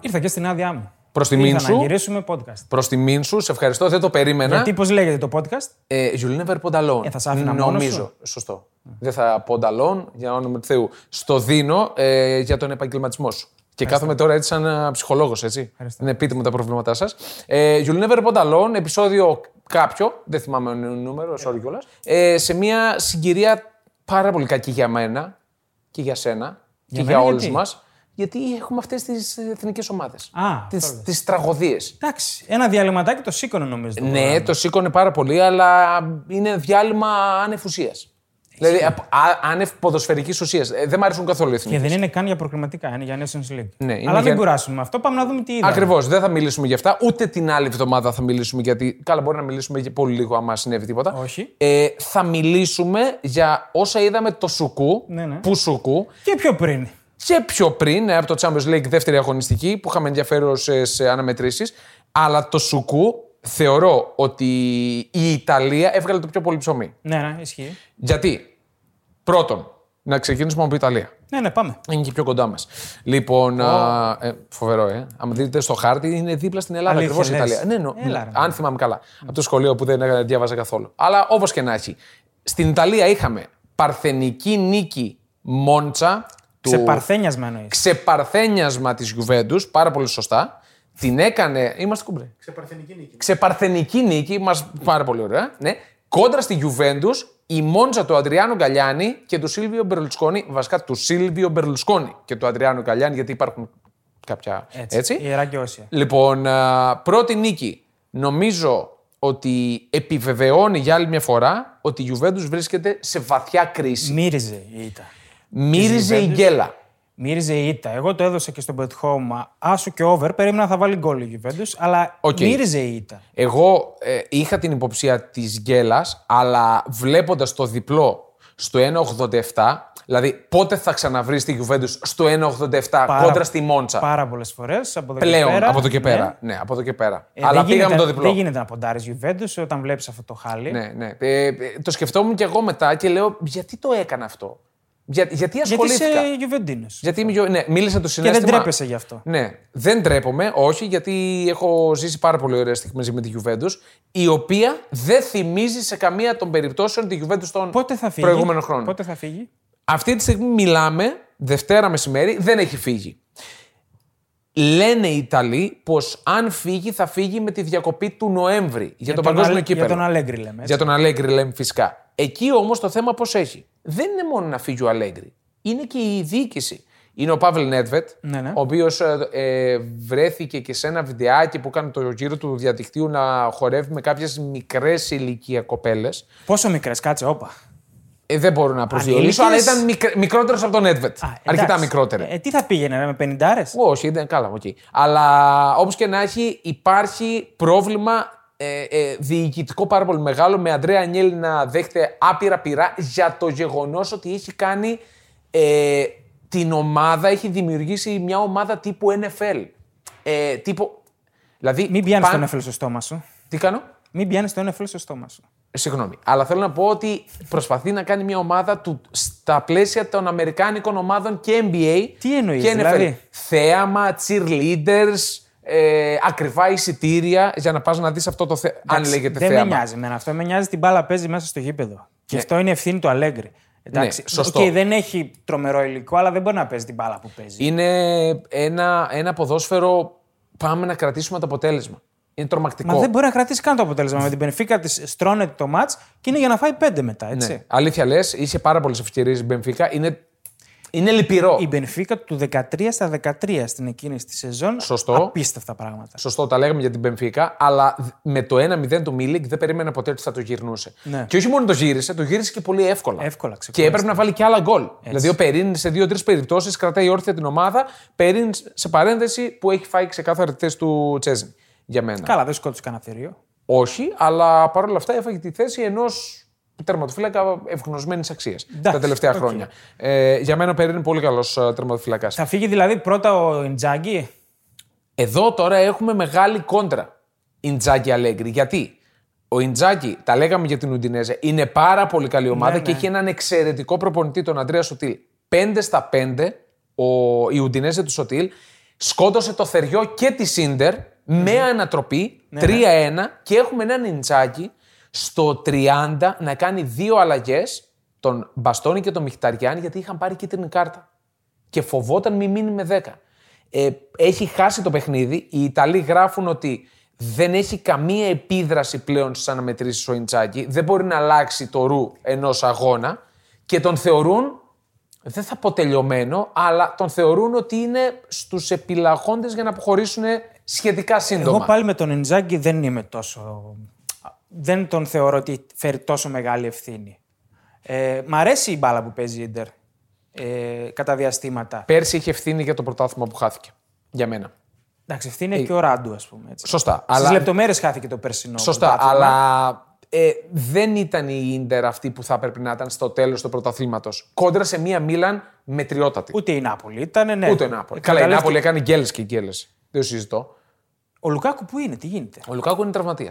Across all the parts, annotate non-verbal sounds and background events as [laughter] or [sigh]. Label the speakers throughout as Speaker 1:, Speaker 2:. Speaker 1: ήρθα και στην άδειά μου.
Speaker 2: Προς τη
Speaker 1: Ήρθα
Speaker 2: μήνυ σου.
Speaker 1: Να γυρίσουμε podcast.
Speaker 2: Προς τιμήν σου, σε ευχαριστώ, δεν το περίμενα.
Speaker 1: Γιατί πώς λέγεται το podcast.
Speaker 2: Ε, You'll never pond alone.
Speaker 1: Ε, θα σ' άφηνα μόνος
Speaker 2: Νομίζω. Σωστό. Δεν θα pond alone, για όνομα του Θεού. Στο δίνω ε, για τον επαγγελματισμό σου. Και κάθομαι τώρα έτσι σαν ψυχολόγος, έτσι.
Speaker 1: Ευχαριστώ.
Speaker 2: Ναι, πείτε μου τα προβλήματά σας. Ε, You'll never pond alone, επεισόδιο κάποιο, δεν θυμάμαι το νούμερο, sorry κιόλας. Ε, σε μια συγκυρία πάρα πολύ κακή για μένα και για σένα και για,
Speaker 1: μένα
Speaker 2: όλους
Speaker 1: γιατί?
Speaker 2: μας. Γιατί έχουμε αυτές τις εθνικές ομάδες.
Speaker 1: Α, τώρα.
Speaker 2: Τις τραγωδίες.
Speaker 1: Εντάξει, ένα διαλυματάκι το σήκωνε νομίζω. το
Speaker 2: Ναι,
Speaker 1: πρόγραμμα.
Speaker 2: το σήκωνε πάρα πολύ, αλλά είναι διάλειμμα άνευ ουσίας. Δηλαδή, απ- α- άνευ ποδοσφαιρικής ουσίας. δεν μ' αρέσουν καθόλου οι
Speaker 1: Και
Speaker 2: εθνικέ.
Speaker 1: δεν είναι καν για προκληματικά, είναι για Nations League.
Speaker 2: Ναι, είναι
Speaker 1: Αλλά
Speaker 2: για-
Speaker 1: δεν κουράσουμε αυτό, πάμε να δούμε τι είδαμε.
Speaker 2: Ακριβώς, δεν θα μιλήσουμε για αυτά. Ούτε την άλλη εβδομάδα θα μιλήσουμε γιατί. Καλά, μπορεί να μιλήσουμε για πολύ λίγο, άμα συνέβη τίποτα.
Speaker 1: Όχι.
Speaker 2: Ε, θα μιλήσουμε για όσα είδαμε το Σουκού.
Speaker 1: Ναι, ναι.
Speaker 2: Που Σουκού.
Speaker 1: Και πιο πριν.
Speaker 2: και πιο πριν ναι, από το Champions League δεύτερη αγωνιστική που είχαμε ενδιαφέρον σε, σε αναμετρήσεις αλλά το Σουκού θεωρώ ότι η Ιταλία έβγαλε το πιο πολύ ψωμί.
Speaker 1: Ναι, ναι, ισχύει.
Speaker 2: Γιατί πρώτον να ξεκινήσουμε από Ιταλία.
Speaker 1: Ναι, ναι, πάμε.
Speaker 2: Είναι και πιο κοντά μας. Λοιπόν. α, ε, φοβερό, ε. Αν δείτε στο χάρτη, είναι δίπλα στην Ελλάδα
Speaker 1: Αλήθεια,
Speaker 2: ακριβώς η
Speaker 1: λες.
Speaker 2: Ιταλία. Ναι, νο-
Speaker 1: Έλα, ρε.
Speaker 2: αν θυμάμαι καλά. Από το σχολείο που δεν ε, διάβαζα καθόλου. Αλλά όπως και να έχει. Στην Ιταλία είχαμε παρθενική νίκη Μόντσα. Του...
Speaker 1: Σε παρθένιασμα εννοείς.
Speaker 2: ξεπαρθένιασμα της Γιουβέντους, πάρα πολύ σωστά. Την έκανε. Είμαστε κουμπρέ.
Speaker 3: Ξεπαρθενική νίκη.
Speaker 2: Ξεπαρθενική νίκη, μας, πάρα πολύ ωραία. Ναι. Κόντρα στη Γιουβέντους, η Μόντζα του Αντριάνου Γκαλιάνη και του Σίλβιο Μπερλουσκόνη. Βασικά του Σίλβιο Μπερλουσκόνη και του Αντριάνου Γκαλιάνη, γιατί υπάρχουν κάποια. Έτσι.
Speaker 1: Ιερά και όσια.
Speaker 2: Λοιπόν, α, πρώτη νίκη. Νομίζω ότι επιβεβαιώνει για άλλη μια φορά ότι η Γιουβέντους βρίσκεται σε βαθιά κρίση.
Speaker 1: Μύριζε η ήττα.
Speaker 2: Μύριζε η
Speaker 1: Juventus.
Speaker 2: γκέλα.
Speaker 1: Μύριζε η ήττα. Εγώ το έδωσα και στον Bet Home. Άσου και over. Περίμενα να θα βάλει γκολ η Juventus, αλλά
Speaker 2: Οκ.
Speaker 1: μύριζε η ήττα.
Speaker 2: Εγώ ε, είχα την υποψία της γέλα, αλλά βλέποντας το διπλό στο 1,87, δηλαδή πότε θα ξαναβρεις τη Γιουβέντους στο 1,87 κόντρα στη Μόντσα.
Speaker 1: Πάρα πολλές φορές. Από εδώ
Speaker 2: Πλέον,
Speaker 1: και πέρα.
Speaker 2: από εδώ και
Speaker 1: ναι.
Speaker 2: πέρα. Ναι, από εδώ και πέρα.
Speaker 1: Ε,
Speaker 2: αλλά
Speaker 1: δεν
Speaker 2: πήγαμε
Speaker 1: γίνεται-
Speaker 2: το διπλό.
Speaker 1: Δεν γίνεται να ποντάρεις Juventus όταν βλέπεις αυτό το χάλι.
Speaker 2: Ναι, ναι. Ε, ε, το σκεφτόμουν και εγώ μετά και λέω, γιατί το έκανα αυτό. Για, γιατί
Speaker 1: Γιατί
Speaker 2: ασχολήθηκα.
Speaker 1: είσαι Juventus.
Speaker 2: Γιατί είμαι γιο- ναι, μίλησα το συνέστημα.
Speaker 1: τρέπεσαι γι' αυτό.
Speaker 2: Ναι, δεν τρέπομαι, όχι, γιατί έχω ζήσει πάρα πολύ ωραίες στιγμές με τη Γιουβέντους, η οποία δεν θυμίζει σε καμία των περιπτώσεων τη Γιουβέντους των
Speaker 1: Πότε θα φύγει.
Speaker 2: προηγούμενων χρόνων.
Speaker 1: Πότε θα φύγει.
Speaker 2: Αυτή τη στιγμή μιλάμε, Δευτέρα μεσημέρι, δεν έχει φύγει. Λένε οι Ιταλοί πως αν φύγει, θα φύγει με τη διακοπή του Νοέμβρη για, το
Speaker 1: τον
Speaker 2: παγκόσμιο
Speaker 1: Αλε-
Speaker 2: κύπελο.
Speaker 1: Για τον Αλέγκρι λέμε. έτσι.
Speaker 2: Για τον Αλέγκρι λέμε φυσικά. Εκεί όμως το θέμα πώς έχει. Δεν είναι μόνο να φύγει ο Αλέγκρι. Είναι και η διοίκηση. Είναι ο Παύλ Νέτβετ,
Speaker 1: Ναι, ναι.
Speaker 2: ο οποίος βρέθηκε και σε ένα βιντεάκι που έκανε το γύρο του διαδικτύου να χορεύει με κάποιες μικρές ηλικία κοπέλες.
Speaker 1: Πόσο μικρές, κάτσε, όπα.
Speaker 2: Ε, δεν μπορώ να προσδιορίσω, αλλά
Speaker 1: Ανήλικες.
Speaker 2: ήταν μικρότερος από τον Νέτβετ.
Speaker 1: Α, εντάξει.
Speaker 2: Αρκετά μικρότερο.
Speaker 1: Ε, τι θα πήγαινε, ρε, με 50
Speaker 2: Ω, Όχι, ήταν καλά, οκ. Αλλά όπως και να έχει, υπάρχει πρόβλημα ε, ε, διοικητικό πάρα πολύ μεγάλο με Αντρέα Ανιέλη να δέχεται άπειρα πειρά για το γεγονός ότι έχει κάνει ε, την ομάδα, έχει δημιουργήσει μια ομάδα τύπου NFL. Ε, τύπου... Δηλαδή,
Speaker 1: Μην πιάνεις
Speaker 2: παν-
Speaker 1: τον έφελο στο στόμα σου.
Speaker 2: Τι κάνω?
Speaker 1: Μην πιάνεις τον έφελο στο στόμα σου.
Speaker 2: Συγγνώμη. Αλλά θέλω να πω ότι προσπαθεί να κάνει μια ομάδα του, στα πλαίσια των Αμερικάνικων ομάδων και NBA.
Speaker 1: Τι εννοείς,
Speaker 2: και NFL.
Speaker 1: δηλαδή?
Speaker 2: Θέαμα, cheerleaders, ε, ακριβά εισιτήρια για να πας να δεις αυτό το θέαμα. Αν
Speaker 1: Εντάξει,
Speaker 2: λέγεται
Speaker 1: δεν
Speaker 2: θέαμα.
Speaker 1: με νοιάζει εμένα αυτό. Με νοιάζει την μπάλα παίζει μέσα στο γήπεδο. Και αυτό είναι ευθύνη του Αλέγκρι. Εντάξει,
Speaker 2: Ναι, σωστό.
Speaker 1: οκ, δεν έχει τρομερό υλικό, αλλά δεν μπορεί να παίζει την μπάλα που παίζει.
Speaker 2: Είναι ένα, ένα ποδόσφαιρο. Πάμε να κρατήσουμε το αποτέλεσμα. Είναι τρομακτικό.
Speaker 1: Μα δεν μπορεί να κρατήσει καν το αποτέλεσμα. Με την Πενφύκα της στρώνεται το ματ και είναι για να φάει πέντε μετά, έτσι.
Speaker 2: Ναι. Αλήθεια λες, είχε πάρα πολλές ευκαιρίες η Μπενφίκα. Είναι, είναι λυπηρό.
Speaker 1: Η Μπενφίκα του 13 στα 13 στην εκείνη της σεζόν.
Speaker 2: Σωστό.
Speaker 1: Απίστευτα πράγματα.
Speaker 2: Σωστό, τα λέγαμε για την Πενφύκα, αλλά δ- με το 1-0 του Μίλικ δεν περίμενα ποτέ ότι θα το γυρνούσε.
Speaker 1: Ναι.
Speaker 2: Και όχι μόνο το γύρισε, το γύρισε και πολύ εύκολα.
Speaker 1: Εύκολα,
Speaker 2: Και
Speaker 1: ξεκούραστα.
Speaker 2: έπρεπε να βάλει και άλλα γκολ. Δηλαδή, ο Περίν σε δύο-τρει περιπτώσεις κρατάει όρθια την ομάδα. Περίν σε παρένθεση που έχει φάει ξεκάθαρα τη θέση του Τσέζιν. Για μένα.
Speaker 1: Καλά, δεν σκότωσε κανένα θηρίο.
Speaker 2: Όχι, αλλά παρόλα αυτά έφαγε τη θέση ενός τερματοφύλακα ευγνωσμένης αξίας τα
Speaker 1: Εντάξει,
Speaker 2: τελευταία
Speaker 1: οκ.
Speaker 2: χρόνια. Ε, για μένα ο Περίν είναι πολύ ε, καλό τερματοφύλακας.
Speaker 1: Θα φύγει δηλαδή πρώτα ο Ιντζάγκη.
Speaker 2: Εδώ τώρα έχουμε μεγάλη κόντρα. Ιντζάκη Αλέγκρι. Γιατί ο Ιντζάκη, τα λέγαμε για την Ουντινέζε, είναι πάρα πολύ καλή ομάδα
Speaker 1: Ναι,
Speaker 2: και
Speaker 1: ναι.
Speaker 2: έχει έναν εξαιρετικό προπονητή, τον Αντρέα Σωτήλ. 5 στα 5 ο, η Ουντινέζε του Σωτήλ. Σκότωσε το Θεριό και τη Σίντερ
Speaker 1: Ναι.
Speaker 2: με ανατροπή 3-1 και έχουμε έναν Ιντσάκη στο 30 να κάνει δύο αλλαγές, τον Μπαστόνι και τον Μιχταριάν, γιατί είχαν πάρει κίτρινη κάρτα. Και φοβόταν μη μείνει με 10. Ε, έχει χάσει το παιχνίδι. Οι Ιταλοί γράφουν ότι δεν έχει καμία επίδραση πλέον στι αναμετρήσει ο Ιντσάκη. Δεν μπορεί να αλλάξει το ρου ενός αγώνα και τον θεωρούν δεν θα πω τελειωμένο, αλλά τον θεωρούν ότι είναι στους επιλαγόντες για να αποχωρήσουν σχετικά σύντομα.
Speaker 1: Εγώ πάλι με τον Ιντζάγκη δεν είμαι τόσο. Δεν τον θεωρώ ότι φέρει τόσο μεγάλη ευθύνη. Ε, μ' αρέσει η μπάλα που παίζει η Ιντερ ε, κατά διαστήματα.
Speaker 2: Πέρσι είχε ευθύνη για το πρωτάθλημα που χάθηκε. Για μένα.
Speaker 1: Εντάξει, ευθύνη έχει και ο Ράντου, ας πούμε. Έτσι.
Speaker 2: Σωστά.
Speaker 1: Στις
Speaker 2: Ε, Αλλά,
Speaker 1: λεπτομέρειες χάθηκε το περσινό.
Speaker 2: σωστά,
Speaker 1: πρωτάθλημα.
Speaker 2: αλλά ε, δεν ήταν η Ιντερ αυτή που θα έπρεπε να ήταν στο τέλος του πρωταθλήματος. Κόντρα σε μία Μίλαν μετριότατη.
Speaker 1: Ούτε η Νάπολη ήταν. Ναι.
Speaker 2: Ούτε η Νάπολη. Καλά, η
Speaker 1: Εκμεταλλεύτηκε-
Speaker 2: Νάπολη έκανε γκέλες και γκέλες. Δεν το συζητώ.
Speaker 1: Ο Λουκάκου που είναι, τι γίνεται.
Speaker 2: Ο Λουκάκου είναι τραυματίας.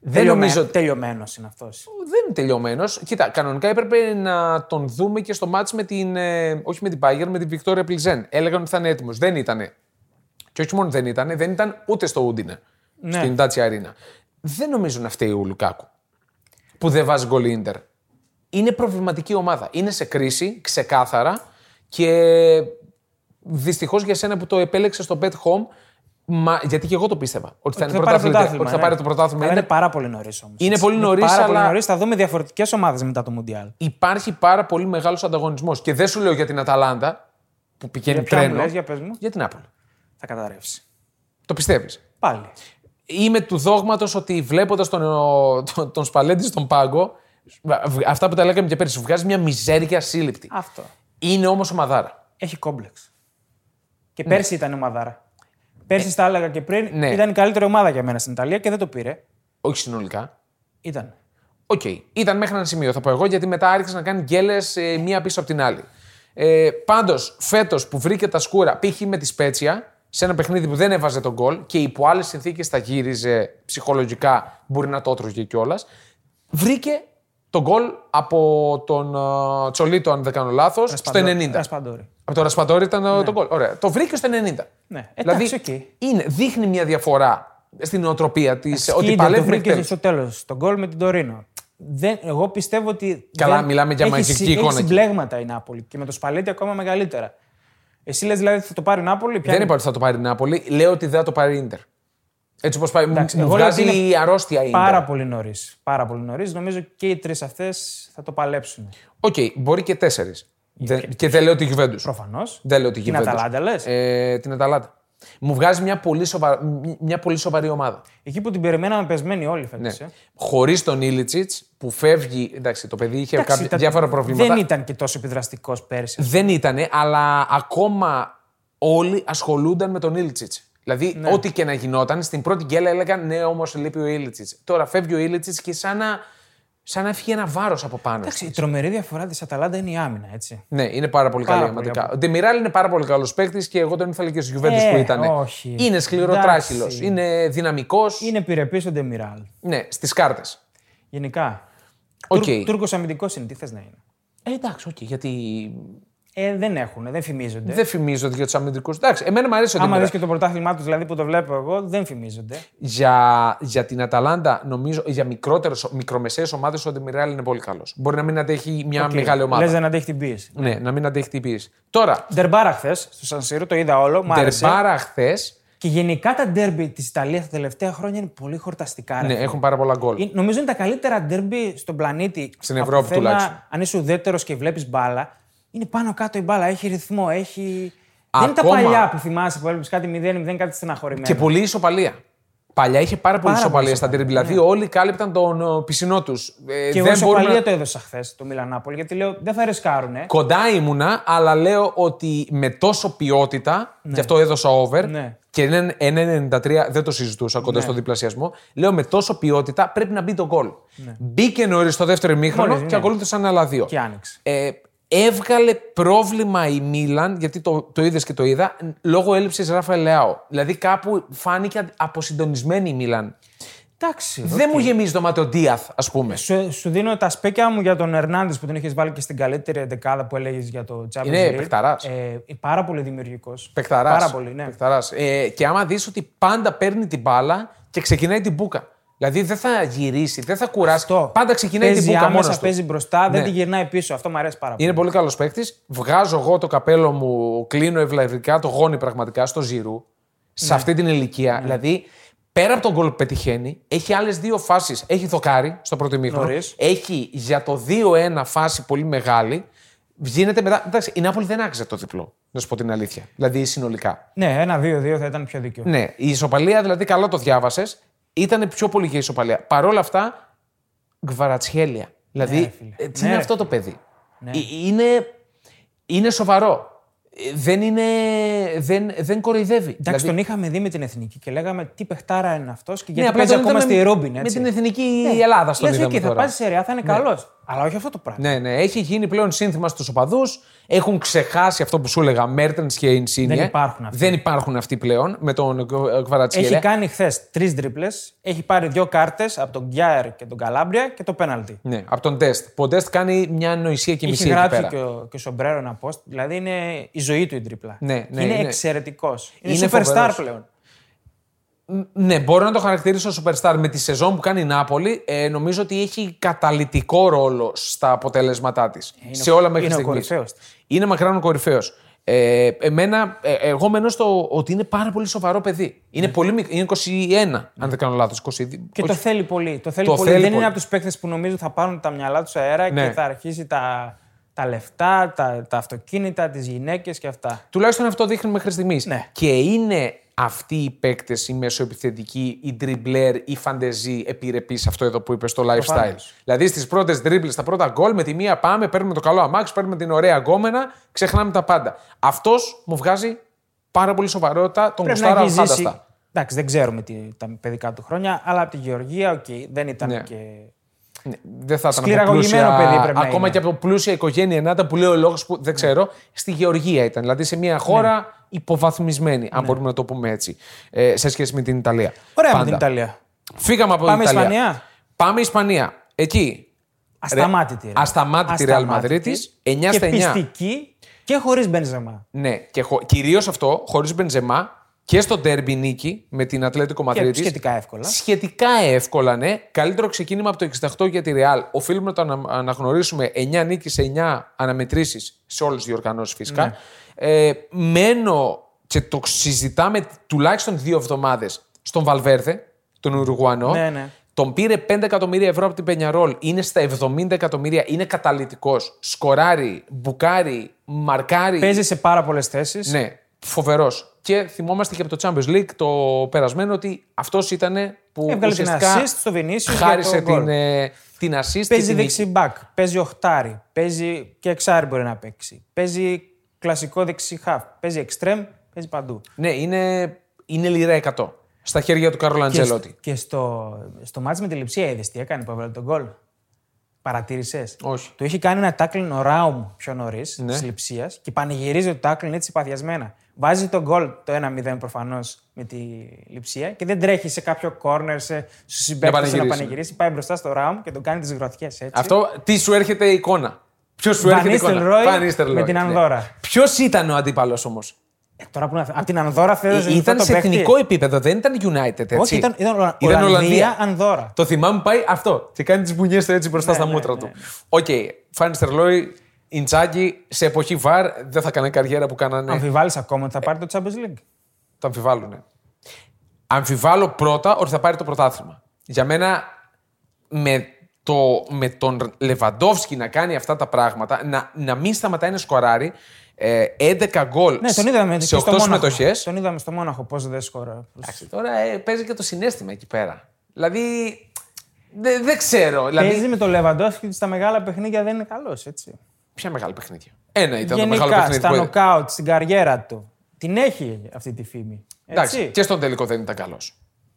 Speaker 2: Δεν
Speaker 1: Τελειωμέ-
Speaker 2: νομίζω ότι
Speaker 1: τελειωμένος είναι αυτός.
Speaker 2: δεν είναι τελειωμένος. Κοίτα, κανονικά έπρεπε να τον δούμε και στο μάτς με την. ε, όχι με την Bayern, με την Βικτόρια Πλιζέν. Έλεγαν ότι θα είναι έτοιμος. Δεν ήταν. Και όχι μόνο δεν ήταν, δεν ήταν ούτε στο Ούντινε.
Speaker 1: Ναι.
Speaker 2: Στην Τάτσι Αρίνα. Δεν νομίζω να φταίει ο Λουκάκου που δεν βάζει γκολ η Ίντερ. Είναι προβληματική ομάδα. Είναι σε κρίση, ξεκάθαρα. Και δυστυχώς για σένα που το επέλεξες στο Bet Home, μα, γιατί και εγώ το πίστευα. Ότι θα, είναι πρωτάθλημα, ότι θα
Speaker 1: ναι.
Speaker 2: πάρει το πρωτάθλημα.
Speaker 1: Καλά,
Speaker 2: η Ίντερ.
Speaker 1: είναι πάρα πολύ νωρίς όμως.
Speaker 2: Είναι πολύ νωρίς,
Speaker 1: Πάρα
Speaker 2: αλλά-
Speaker 1: πολύ νωρίς. Θα δούμε διαφορετικές ομάδες μετά το Μουντιάλ.
Speaker 2: υπάρχει πάρα πολύ μεγάλος ανταγωνισμός. Και δεν σου λέω για την Αταλάντα που πηγαίνει
Speaker 1: Για ποια μου
Speaker 2: τρένο.
Speaker 1: λες, για πες μου.
Speaker 2: Για την Άπολη.
Speaker 1: Θα καταρρεύσει.
Speaker 2: Το πιστεύεις.
Speaker 1: Πάλι.
Speaker 2: Είμαι του δόγματος ότι βλέποντας τον, ο- τον, τον Σπαλέντη στον πάγκο, β- αυτά που τα λέγαμε και πέρυσι, βγάζει μια μιζέρια σύλληπτη.
Speaker 1: Αυτό.
Speaker 2: Είναι όμως ομαδάρα.
Speaker 1: Έχει κόμπλεξ. Και πέρσι ήταν ομαδάρα. Πέρσι στα έλεγα και πριν.
Speaker 2: ναι.
Speaker 1: Ήταν η καλύτερη ομάδα για μένα στην Ιταλία και δεν το πήρε.
Speaker 2: Όχι συνολικά.
Speaker 1: Ήταν.
Speaker 2: Οκ. Ήταν μέχρι ένα σημείο, θα πω εγώ, γιατί μετά άρχισε να κάνει γκέλε μία πίσω από την άλλη. Ε, Πάντως, φέτος που βρήκε τα σκούρα, π.χ. με τη Σπέτσια, σε ένα παιχνίδι που δεν έβαζε τον γκολ και υπό άλλες συνθήκες τα γύριζε ψυχολογικά, μπορεί να το έτρωγε κιόλας. Βρήκε τον γκολ από τον ε, Τσολίτο, αν δεν κάνω λάθος, στο 90.
Speaker 1: Ρασπαντόρι.
Speaker 2: Από το Ρασπαντόρι ήταν ε, το γκολ. Ωραία. Το βρήκε στο 90.
Speaker 1: Ναι.
Speaker 2: δηλαδή,
Speaker 1: Εντάξει, οκ.
Speaker 2: είναι, δείχνει μια διαφορά στην νοοτροπία της. Ε, Ότι
Speaker 1: Σκίντερ το
Speaker 2: παλεύει μέχρι
Speaker 1: βρήκε
Speaker 2: τέλους.
Speaker 1: στο τέλος. Τον γκολ με την Τωρίνο. Δεν, εγώ πιστεύω ότι.
Speaker 2: Καλά,
Speaker 1: δεν-
Speaker 2: μιλάμε για
Speaker 1: έχεις
Speaker 2: μαγική
Speaker 1: συ- Έχεις
Speaker 2: εικόνα εκεί.
Speaker 1: συμπλέγματα η Νάπολη και με το Σπαλέτη ακόμα μεγαλύτερα. Εσύ λες δηλαδή θα το πάρει η Νάπολη.
Speaker 2: Δεν
Speaker 1: πιάνει-
Speaker 2: είπα ότι θα το πάρει η Νάπολη, λέω ότι δεν θα το πάρει η Ίντερ. Έτσι όπως πάει, μου-
Speaker 1: Εντάξει,
Speaker 2: μου
Speaker 1: εγώ λέω ότι
Speaker 2: βγάζει
Speaker 1: είναι
Speaker 2: η αρρώστια η Ίντερ.
Speaker 1: Πάρα πολύ νωρίς. Πάρα πολύ νωρίς. Νομίζω και οι τρεις αυτές θα το παλέψουν.
Speaker 2: Οκ, μπορεί και τέσσερις. Και δεν λέω τη Γιουβέντους.
Speaker 1: Προφανώς.
Speaker 2: Δεν λέω τη
Speaker 1: Την
Speaker 2: Γιουβέντους.
Speaker 1: Αταλάντα, λες?
Speaker 2: Ε, την Αταλάντα. Μου βγάζει μια πολύ, σοβα... μια πολύ σοβαρή ομάδα.
Speaker 1: Εκεί που την περιμέναμε πεσμένη όλοι ε. φέτος.
Speaker 2: Ναι. Χωρίς τον Ήλιτσιτ που φεύγει. Εντάξει, το παιδί είχε κάποια... διάφορα προβλήματα. Ναι.
Speaker 1: Δεν ήταν και τόσο επιδραστικός πέρσι.
Speaker 2: Δεν ήτανε, αλλά ακόμα όλοι ασχολούνταν με τον Ήλτσιτ. Δηλαδή,
Speaker 1: Ναι.
Speaker 2: ό,τι και να γινόταν, στην πρώτη γκέλα έλεγαν Ναι, όμως λείπει ο Ήλτσιτ. Τώρα φεύγει ο Ήλτσιτ και σαν να, σαν να φύγει ένα βάρος από πάνω.
Speaker 1: Εντάξει, η τρομερή διαφορά της Αταλάντα είναι η άμυνα, έτσι.
Speaker 2: Ναι, είναι πάρα πολύ
Speaker 1: Πάρα
Speaker 2: καλή
Speaker 1: πολύ
Speaker 2: αμυντικά. Ο Ντεμιράλ είναι πάρα πολύ καλός παίκτης και εγώ τον ήθελα και στους Γιουβέντους
Speaker 1: Ε,
Speaker 2: που ήταν.
Speaker 1: όχι.
Speaker 2: Είναι σκληροτράχυλος,
Speaker 1: Εντάξει.
Speaker 2: είναι δυναμικός.
Speaker 1: Είναι πυρεπή ο Ντεμιράλ.
Speaker 2: Ναι, στις κάρτες.
Speaker 1: Γενικά.
Speaker 2: Οκ.
Speaker 1: Τούρκος αμυντικός είναι, τι θες να είναι.
Speaker 2: Ε, εντάξει, οκ, γιατί
Speaker 1: Ε, δεν έχουν, δεν φημίζονται.
Speaker 2: δεν φημίζονται για τους αμυντικούς. Εντάξει, εμένα μου αρέσει ο
Speaker 1: Άμα
Speaker 2: Ντεμιράλ.
Speaker 1: δει και το πρωτάθλημά τους δηλαδή που το βλέπω εγώ, δεν φημίζονται.
Speaker 2: για, για την Αταλάντα, νομίζω, για μικρότερες, μικρομεσαίες ομάδες ο Ντεμιράλ είναι πολύ καλός. Μπορεί να μην αντέχει μια μεγάλη ομάδα.
Speaker 1: Λες δεν αντέχει την πίεση.
Speaker 2: Ναι, να μην αντέχει την πίεση. Τώρα,
Speaker 1: Ντερμπάρα χθες στο Σανσίρο, το είδα όλο. Μ' άρεσε.
Speaker 2: Τερμπάρα χθες.
Speaker 1: Και γενικά τα ντέρμπι της Ιταλίας τα τελευταία χρόνια είναι πολύ χορταστικά. ρε.
Speaker 2: Ναι, έχουν πάρα πολλά γκολ.
Speaker 1: Είναι- Νομίζω είναι τα καλύτερα ντέρμπι στον πλανήτη.
Speaker 2: Στην
Speaker 1: Από
Speaker 2: Ευρώπη
Speaker 1: θέμα,
Speaker 2: τουλάχιστον.
Speaker 1: Αν είσαι ουδέτερος και βλέπεις μπάλα, είναι πάνω κάτω η μπάλα, έχει ρυθμό, έχει. Δεν είναι τα
Speaker 2: Ακόμα-
Speaker 1: παλιά που θυμάσαι που έλειπε κάτι 0-0, κάτι στεναχωρημένο.
Speaker 2: Και πολλή ισοπαλία. Παλιά είχε πάρα πολύ
Speaker 1: Πάρα
Speaker 2: ισοπαλία
Speaker 1: πολύ Ναι.
Speaker 2: στα τρίμπλ. Δηλαδή, όλοι κάλυπταν τον ο, πισινό τους. Ε,
Speaker 1: Και εγώ
Speaker 2: μπορούμε
Speaker 1: ισοπαλία
Speaker 2: να-
Speaker 1: το έδωσα χθες το Μιλανάπολη, γιατί λέω δεν θα ρισκάρουνε.
Speaker 2: Κοντά ήμουνα, αλλά λέω ότι με τόσο ποιότητα, γι' αυτό έδωσα over,
Speaker 1: Ναι.
Speaker 2: και ένα- ένα 93 δεν το συζητούσα κοντά στο διπλασιασμό, λέω με τόσο ποιότητα πρέπει να μπει το γκολ. Μπήκε νωρίς στο δεύτερο ημίχρονο
Speaker 1: Ναι. Μόλις,
Speaker 2: και
Speaker 1: ναι.
Speaker 2: ακολούθησαν άλλα δύο.
Speaker 1: Και άνοιξε.
Speaker 2: Ε, έβγαλε πρόβλημα η Μίλαν, γιατί το, το είδες και το είδα, λόγω έλλειψης Ράφαελ Λεάο. Δηλαδή κάπου φάνηκε αποσυντονισμένη η Μίλαν.
Speaker 1: Εντάξει. οκ.
Speaker 2: Δεν μου γεμίζει το μάτι ο Ντίαθ, ας πούμε.
Speaker 1: Σου, σου δίνω τα σπέκια μου για τον Ερνάντες που τον είχες βάλει και στην καλύτερη εντεκάδα που έλεγες για το Champions
Speaker 2: Είναι
Speaker 1: League.
Speaker 2: παιχταράς.
Speaker 1: Ε, πάρα πολύ δημιουργικός.
Speaker 2: Πεκταρά.
Speaker 1: Πάρα πολύ, ναι.
Speaker 2: Ε, και άμα δεις ότι πάντα παίρνει την μπάλα και ξεκινάει την μπουκα. Δηλαδή δεν θα γυρίσει, δεν θα κουράσει.
Speaker 1: Αυτό.
Speaker 2: Πάντα ξεκινάει
Speaker 1: παίζει
Speaker 2: την μπουκα
Speaker 1: άμεσα,
Speaker 2: μόνο του.
Speaker 1: παίζει μπροστά, δεν
Speaker 2: Ναι.
Speaker 1: τη γυρνάει πίσω. Αυτό μου αρέσει πάρα πολύ.
Speaker 2: Είναι πολύ καλός παίκτης. Βγάζω εγώ το καπέλο μου, κλείνω ευλαβικά το γόνι πραγματικά στο Ζηρού.
Speaker 1: Ναι.
Speaker 2: Σε αυτή την ηλικία. Δηλαδή, πέρα από τον γκολ που πετυχαίνει, έχει άλλες δύο φάσεις. Έχει δοκάρι στο πρώτο ημίχρονο.
Speaker 1: Νωρίς.
Speaker 2: Έχει για το 2-1 φάση πολύ μεγάλη. Γίνεται μετά. Εντάξει, η Νάπολη δεν άξιζε το διπλό, να σου πω την αλήθεια. Δηλαδή, συνολικά.
Speaker 1: Ναι, ένα-δύο-δύο θα ήταν πιο δίκιο.
Speaker 2: Ναι, η ισοπαλία δηλαδή, καλά το διάβασες. Ήταν πιο πολύ και η ισοπαλία. Παρ' όλα αυτά, γκβαρατσχέλια. Δηλαδή,
Speaker 1: ρε φίλε.
Speaker 2: ε, τι
Speaker 1: Ναι,
Speaker 2: είναι
Speaker 1: ρε
Speaker 2: αυτό το παιδί. Ε, Είναι, είναι σοβαρό. Ε, Δεν, είναι, δεν, δεν κοροϊδεύει.
Speaker 1: Εντάξει,
Speaker 2: δηλαδή,
Speaker 1: τον είχαμε δει με την εθνική και λέγαμε τι παιχτάρα είναι αυτός και
Speaker 2: ναι,
Speaker 1: γιατί
Speaker 2: απλά
Speaker 1: παίζει
Speaker 2: τον
Speaker 1: ακόμα
Speaker 2: είδαμε
Speaker 1: στη Ρόμπιν.
Speaker 2: Με
Speaker 1: έτσι. Ναι.
Speaker 2: την εθνική Ελλάδα στον
Speaker 1: Λες,
Speaker 2: είδαμε
Speaker 1: «Οκ, θα
Speaker 2: τώρα.
Speaker 1: πάει σε Ρεά, θα είναι καλός. Αλλά όχι αυτό το πράγμα.
Speaker 2: Ναι, ναι, έχει γίνει πλέον σύνθημα στους οπαδούς. Έχουν ξεχάσει αυτό που σου έλεγα, Μέρτεν και Ινσίνια.
Speaker 1: Δεν υπάρχουν αυτοί.
Speaker 2: Δεν υπάρχουν αυτοί πλέον με τον Κβαρατσχέλια.
Speaker 1: Έχει κάνει χθες τρεις τρίπλε, έχει πάρει δύο κάρτες από τον Γκιάερ και τον Καλάμπρια και το πέναλτι.
Speaker 2: Ναι, από τον τεστ. Που ο τεστ κάνει μια ανοησία και
Speaker 1: Είχε
Speaker 2: μισή εκεί
Speaker 1: γράψει
Speaker 2: πέρα.
Speaker 1: και ο, και ο Σομπρέρο ένα post. Δηλαδή είναι η ζωή του η τρίπλα.
Speaker 2: Ναι, ναι,
Speaker 1: είναι
Speaker 2: είναι.
Speaker 1: εξαιρετικός. Είναι,
Speaker 2: Είναι
Speaker 1: superstar
Speaker 2: φοβερός.
Speaker 1: πλέον.
Speaker 2: Ναι, μπορώ να το χαρακτηρίσω superstar με τη σεζόν που κάνει η Νάπολη. Ε, νομίζω ότι έχει καταλητικό ρόλο στα αποτελέσματά της.
Speaker 1: Ε, Είναι
Speaker 2: Σε
Speaker 1: ο-
Speaker 2: όλα μέχρι
Speaker 1: είναι ο
Speaker 2: στιγμής.
Speaker 1: κορυφαίος της.
Speaker 2: Είναι μακράν ο κορυφαίος. Ε, εμένα, ε, εγώ μένω στο ότι είναι πάρα πολύ σοβαρό παιδί. Είναι, πολύ μικ- είναι 21, αν δεν κάνω λάθος. 22.
Speaker 1: Ναι. Και
Speaker 2: όχι.
Speaker 1: το θέλει πολύ. Το θέλει
Speaker 2: Το
Speaker 1: πολύ.
Speaker 2: θέλει
Speaker 1: Δεν είναι
Speaker 2: πολύ.
Speaker 1: από τους παίκτες που νομίζω θα πάρουν τα μυαλά τους αέρα
Speaker 2: Ναι.
Speaker 1: και θα αρχίσει τα, τα λεφτά, τα, τα αυτοκίνητα, τις γυναίκες και αυτά.
Speaker 2: Τουλάχιστον αυτό δείχνει μέχρι στιγμής.
Speaker 1: Ναι.
Speaker 2: Και είναι αυτοί οι παίκτες, οι μεσοεπιθετικοί, οι ντριμπλέρ, οι φαντεζοί επιρρεπεί αυτό εδώ που είπες στο lifestyle.
Speaker 1: Προφανώς.
Speaker 2: Δηλαδή στις πρώτες ντριμπλε, στα πρώτα γκολ, με τη μία πάμε, παίρνουμε το καλό αμάξι, παίρνουμε την ωραία γκόμενα, ξεχνάμε τα πάντα. Αυτός μου βγάζει πάρα πολύ σοβαρότητα, τον
Speaker 1: Πρέπει να
Speaker 2: γουστάρα
Speaker 1: έχει ζήσει.
Speaker 2: φάνταστα.
Speaker 1: Εντάξει, δεν ξέρουμε τι, τα παιδικά του χρόνια, αλλά από τη Γεωργία, οκ, δεν ήταν
Speaker 2: Ναι.
Speaker 1: και.
Speaker 2: Ναι, Δεν θα ήταν από
Speaker 1: Σκληραγωγημένο
Speaker 2: πλούσια,
Speaker 1: παιδί πρέπει να
Speaker 2: ακόμα
Speaker 1: είναι.
Speaker 2: και από πλούσια οικογένεια Νάτα που λέει ο λόγος που δεν ξέρω, στη Γεωργία ήταν. Δηλαδή σε μια χώρα
Speaker 1: Ναι.
Speaker 2: υποβαθμισμένη, αν μπορούμε να το πούμε έτσι, ε, σε σχέση με την Ιταλία.
Speaker 1: Ωραία με
Speaker 2: Πάντα.
Speaker 1: την Ιταλία.
Speaker 2: Φύγαμε από
Speaker 1: Πάμε
Speaker 2: την Ιταλία.
Speaker 1: Ισπανία.
Speaker 2: Πάμε Ισπανία. Εκεί.
Speaker 1: Ασταμάτητη. ρε.
Speaker 2: Ασταμάτητη Real
Speaker 1: Ασταμάτητη.
Speaker 2: Madrid, 9 στα
Speaker 1: Και
Speaker 2: 9.
Speaker 1: πιστική και χωρίς Μπενζεμά.
Speaker 2: Ναι, και χω... κυρίως αυτό, χωρίς Μπενζεμά και στο ντέρμπι νίκη με την Ατλέτικο Μαδρίτης.
Speaker 1: σχετικά εύκολα.
Speaker 2: Σχετικά εύκολα, ναι. Καλύτερο ξεκίνημα από το 68 για τη Ρεάλ. Οφείλουμε να το ανα- αναγνωρίσουμε 9 νίκη σε 9 αναμετρήσεις σε όλες τις διοργανώσεις φυσικά.
Speaker 1: Ναι.
Speaker 2: Ε, μένω και το συζητάμε τουλάχιστον δύο εβδομάδες στον Βαλβέρδε, τον Ουρουγουανό.
Speaker 1: Ναι, ναι.
Speaker 2: Τον πήρε 5 εκατομμύρια ευρώ από την Πενιαρόλ. Είναι στα 70 εκατομμύρια. Είναι καταλητικός. Σκοράρει, μπουκάρει, μαρκάρει.
Speaker 1: Παίζει σε πάρα πολλές θέσεις.
Speaker 2: Ναι, φοβερός. Και θυμόμαστε και από το Champions League το περασμένο ότι αυτός ήταν που
Speaker 1: Έβγαλε την
Speaker 2: Ναι, ουσιαστικά
Speaker 1: assist στο Vinicius
Speaker 2: χάρισε
Speaker 1: για το
Speaker 2: την,
Speaker 1: γκολ.
Speaker 2: ε, την assist
Speaker 1: Παίζει
Speaker 2: και την νίκη.
Speaker 1: δεξιμπακ, παίζει οχτάρι, παίζει και εξάρι μπορεί να παίξει. Παίζει κλασικό δεξιχάφ, παίζει εξτρέμ, παίζει παντού.
Speaker 2: Ναι, είναι, είναι λιρά 100 στα χέρια του Κάρολο
Speaker 1: Και, σ-
Speaker 2: Αντζελότη.
Speaker 1: και στο, στο μάτς με τη Λιψία είδες τι έκανε που έβαλε τον γκολ. Παρατήρησες.
Speaker 2: Όχι.
Speaker 1: Του είχε κάνει ένα τάκλιν ο Ράουμ πιο νωρίς
Speaker 2: Ναι.
Speaker 1: της Λιψία και πανηγυρίζει το τάκλιν έτσι παθιασμένα. Βάζει τον γκολ το 1-0 προφανώς με τη Λιψία και δεν τρέχει σε κάποιο κόρνερ σε, στους συμπέκτε να
Speaker 2: πανηγυρίσει.
Speaker 1: πανηγυρίσει. Πάει μπροστά στο Ράουμ και τον κάνει τις γροθιές έτσι.
Speaker 2: Αυτό τι σου έρχεται η εικόνα. Ποιος σου
Speaker 1: Βαν
Speaker 2: έρχεται η εικόνα.
Speaker 1: Νίστελρόι
Speaker 2: Βαν Νίστελρόι,
Speaker 1: με την Ανδόρα.
Speaker 2: Ποιος ήταν ο αντίπαλος όμως.
Speaker 1: Ε, τώρα που να... Από την Ανδώρα θέλω να
Speaker 2: Ήταν
Speaker 1: το
Speaker 2: σε
Speaker 1: παίχτη.
Speaker 2: εθνικό επίπεδο, δεν ήταν United. Έτσι.
Speaker 1: Ε, Όχι, ήταν, ήταν, Ολλα- Ολλανδία, Ανδώρα.
Speaker 2: Το θυμάμαι πάει αυτό. Και κάνει τις μπουνιές του έτσι μπροστά
Speaker 1: Ναι,
Speaker 2: στα
Speaker 1: ναι,
Speaker 2: μούτρα
Speaker 1: ναι,
Speaker 2: του.
Speaker 1: ναι.
Speaker 2: Οκ. Φάνη Στερλόι, Ιντσάκη, σε εποχή βαρ δεν θα κάνει καριέρα που κάνανε.
Speaker 1: Αμφιβάλλεις ακόμα ότι θα πάρει το Champions League.
Speaker 2: Το αμφιβάλλουνε. Αμφιβάλλω πρώτα ότι θα πάρει το πρωτάθλημα. Για μένα, με, το, με τον Λεβαντόφσκι να κάνει αυτά τα πράγματα, να, να μην σταματάει να σκοράρει ε, 11 γκολ
Speaker 1: Ναι, τον είδαμε
Speaker 2: σε
Speaker 1: και στο
Speaker 2: 8
Speaker 1: Μόναχο.
Speaker 2: συμμετοχές.
Speaker 1: Τον είδαμε στο Μόναχο πώς δεν σκόρα.
Speaker 2: Εντάξει, τώρα ε, παίζει και το συνέστημα εκεί πέρα. Δηλαδή. δε- δεν ξέρω. Δηλαδή,
Speaker 1: Παίζει με τον Λεβαντόφσκι στα μεγάλα παιχνίδια δεν είναι καλός, έτσι.
Speaker 2: Ποια μεγάλα παιχνίδια. Ένα ήταν το μεγάλο
Speaker 1: Γενικά,
Speaker 2: παιχνίδι.
Speaker 1: στα
Speaker 2: που έδινε.
Speaker 1: νοκάουτ, στην καριέρα του. Την έχει αυτή τη φήμη.
Speaker 2: Εντάξει,
Speaker 1: Έτσι.
Speaker 2: και στον τελικό δεν ήταν καλός.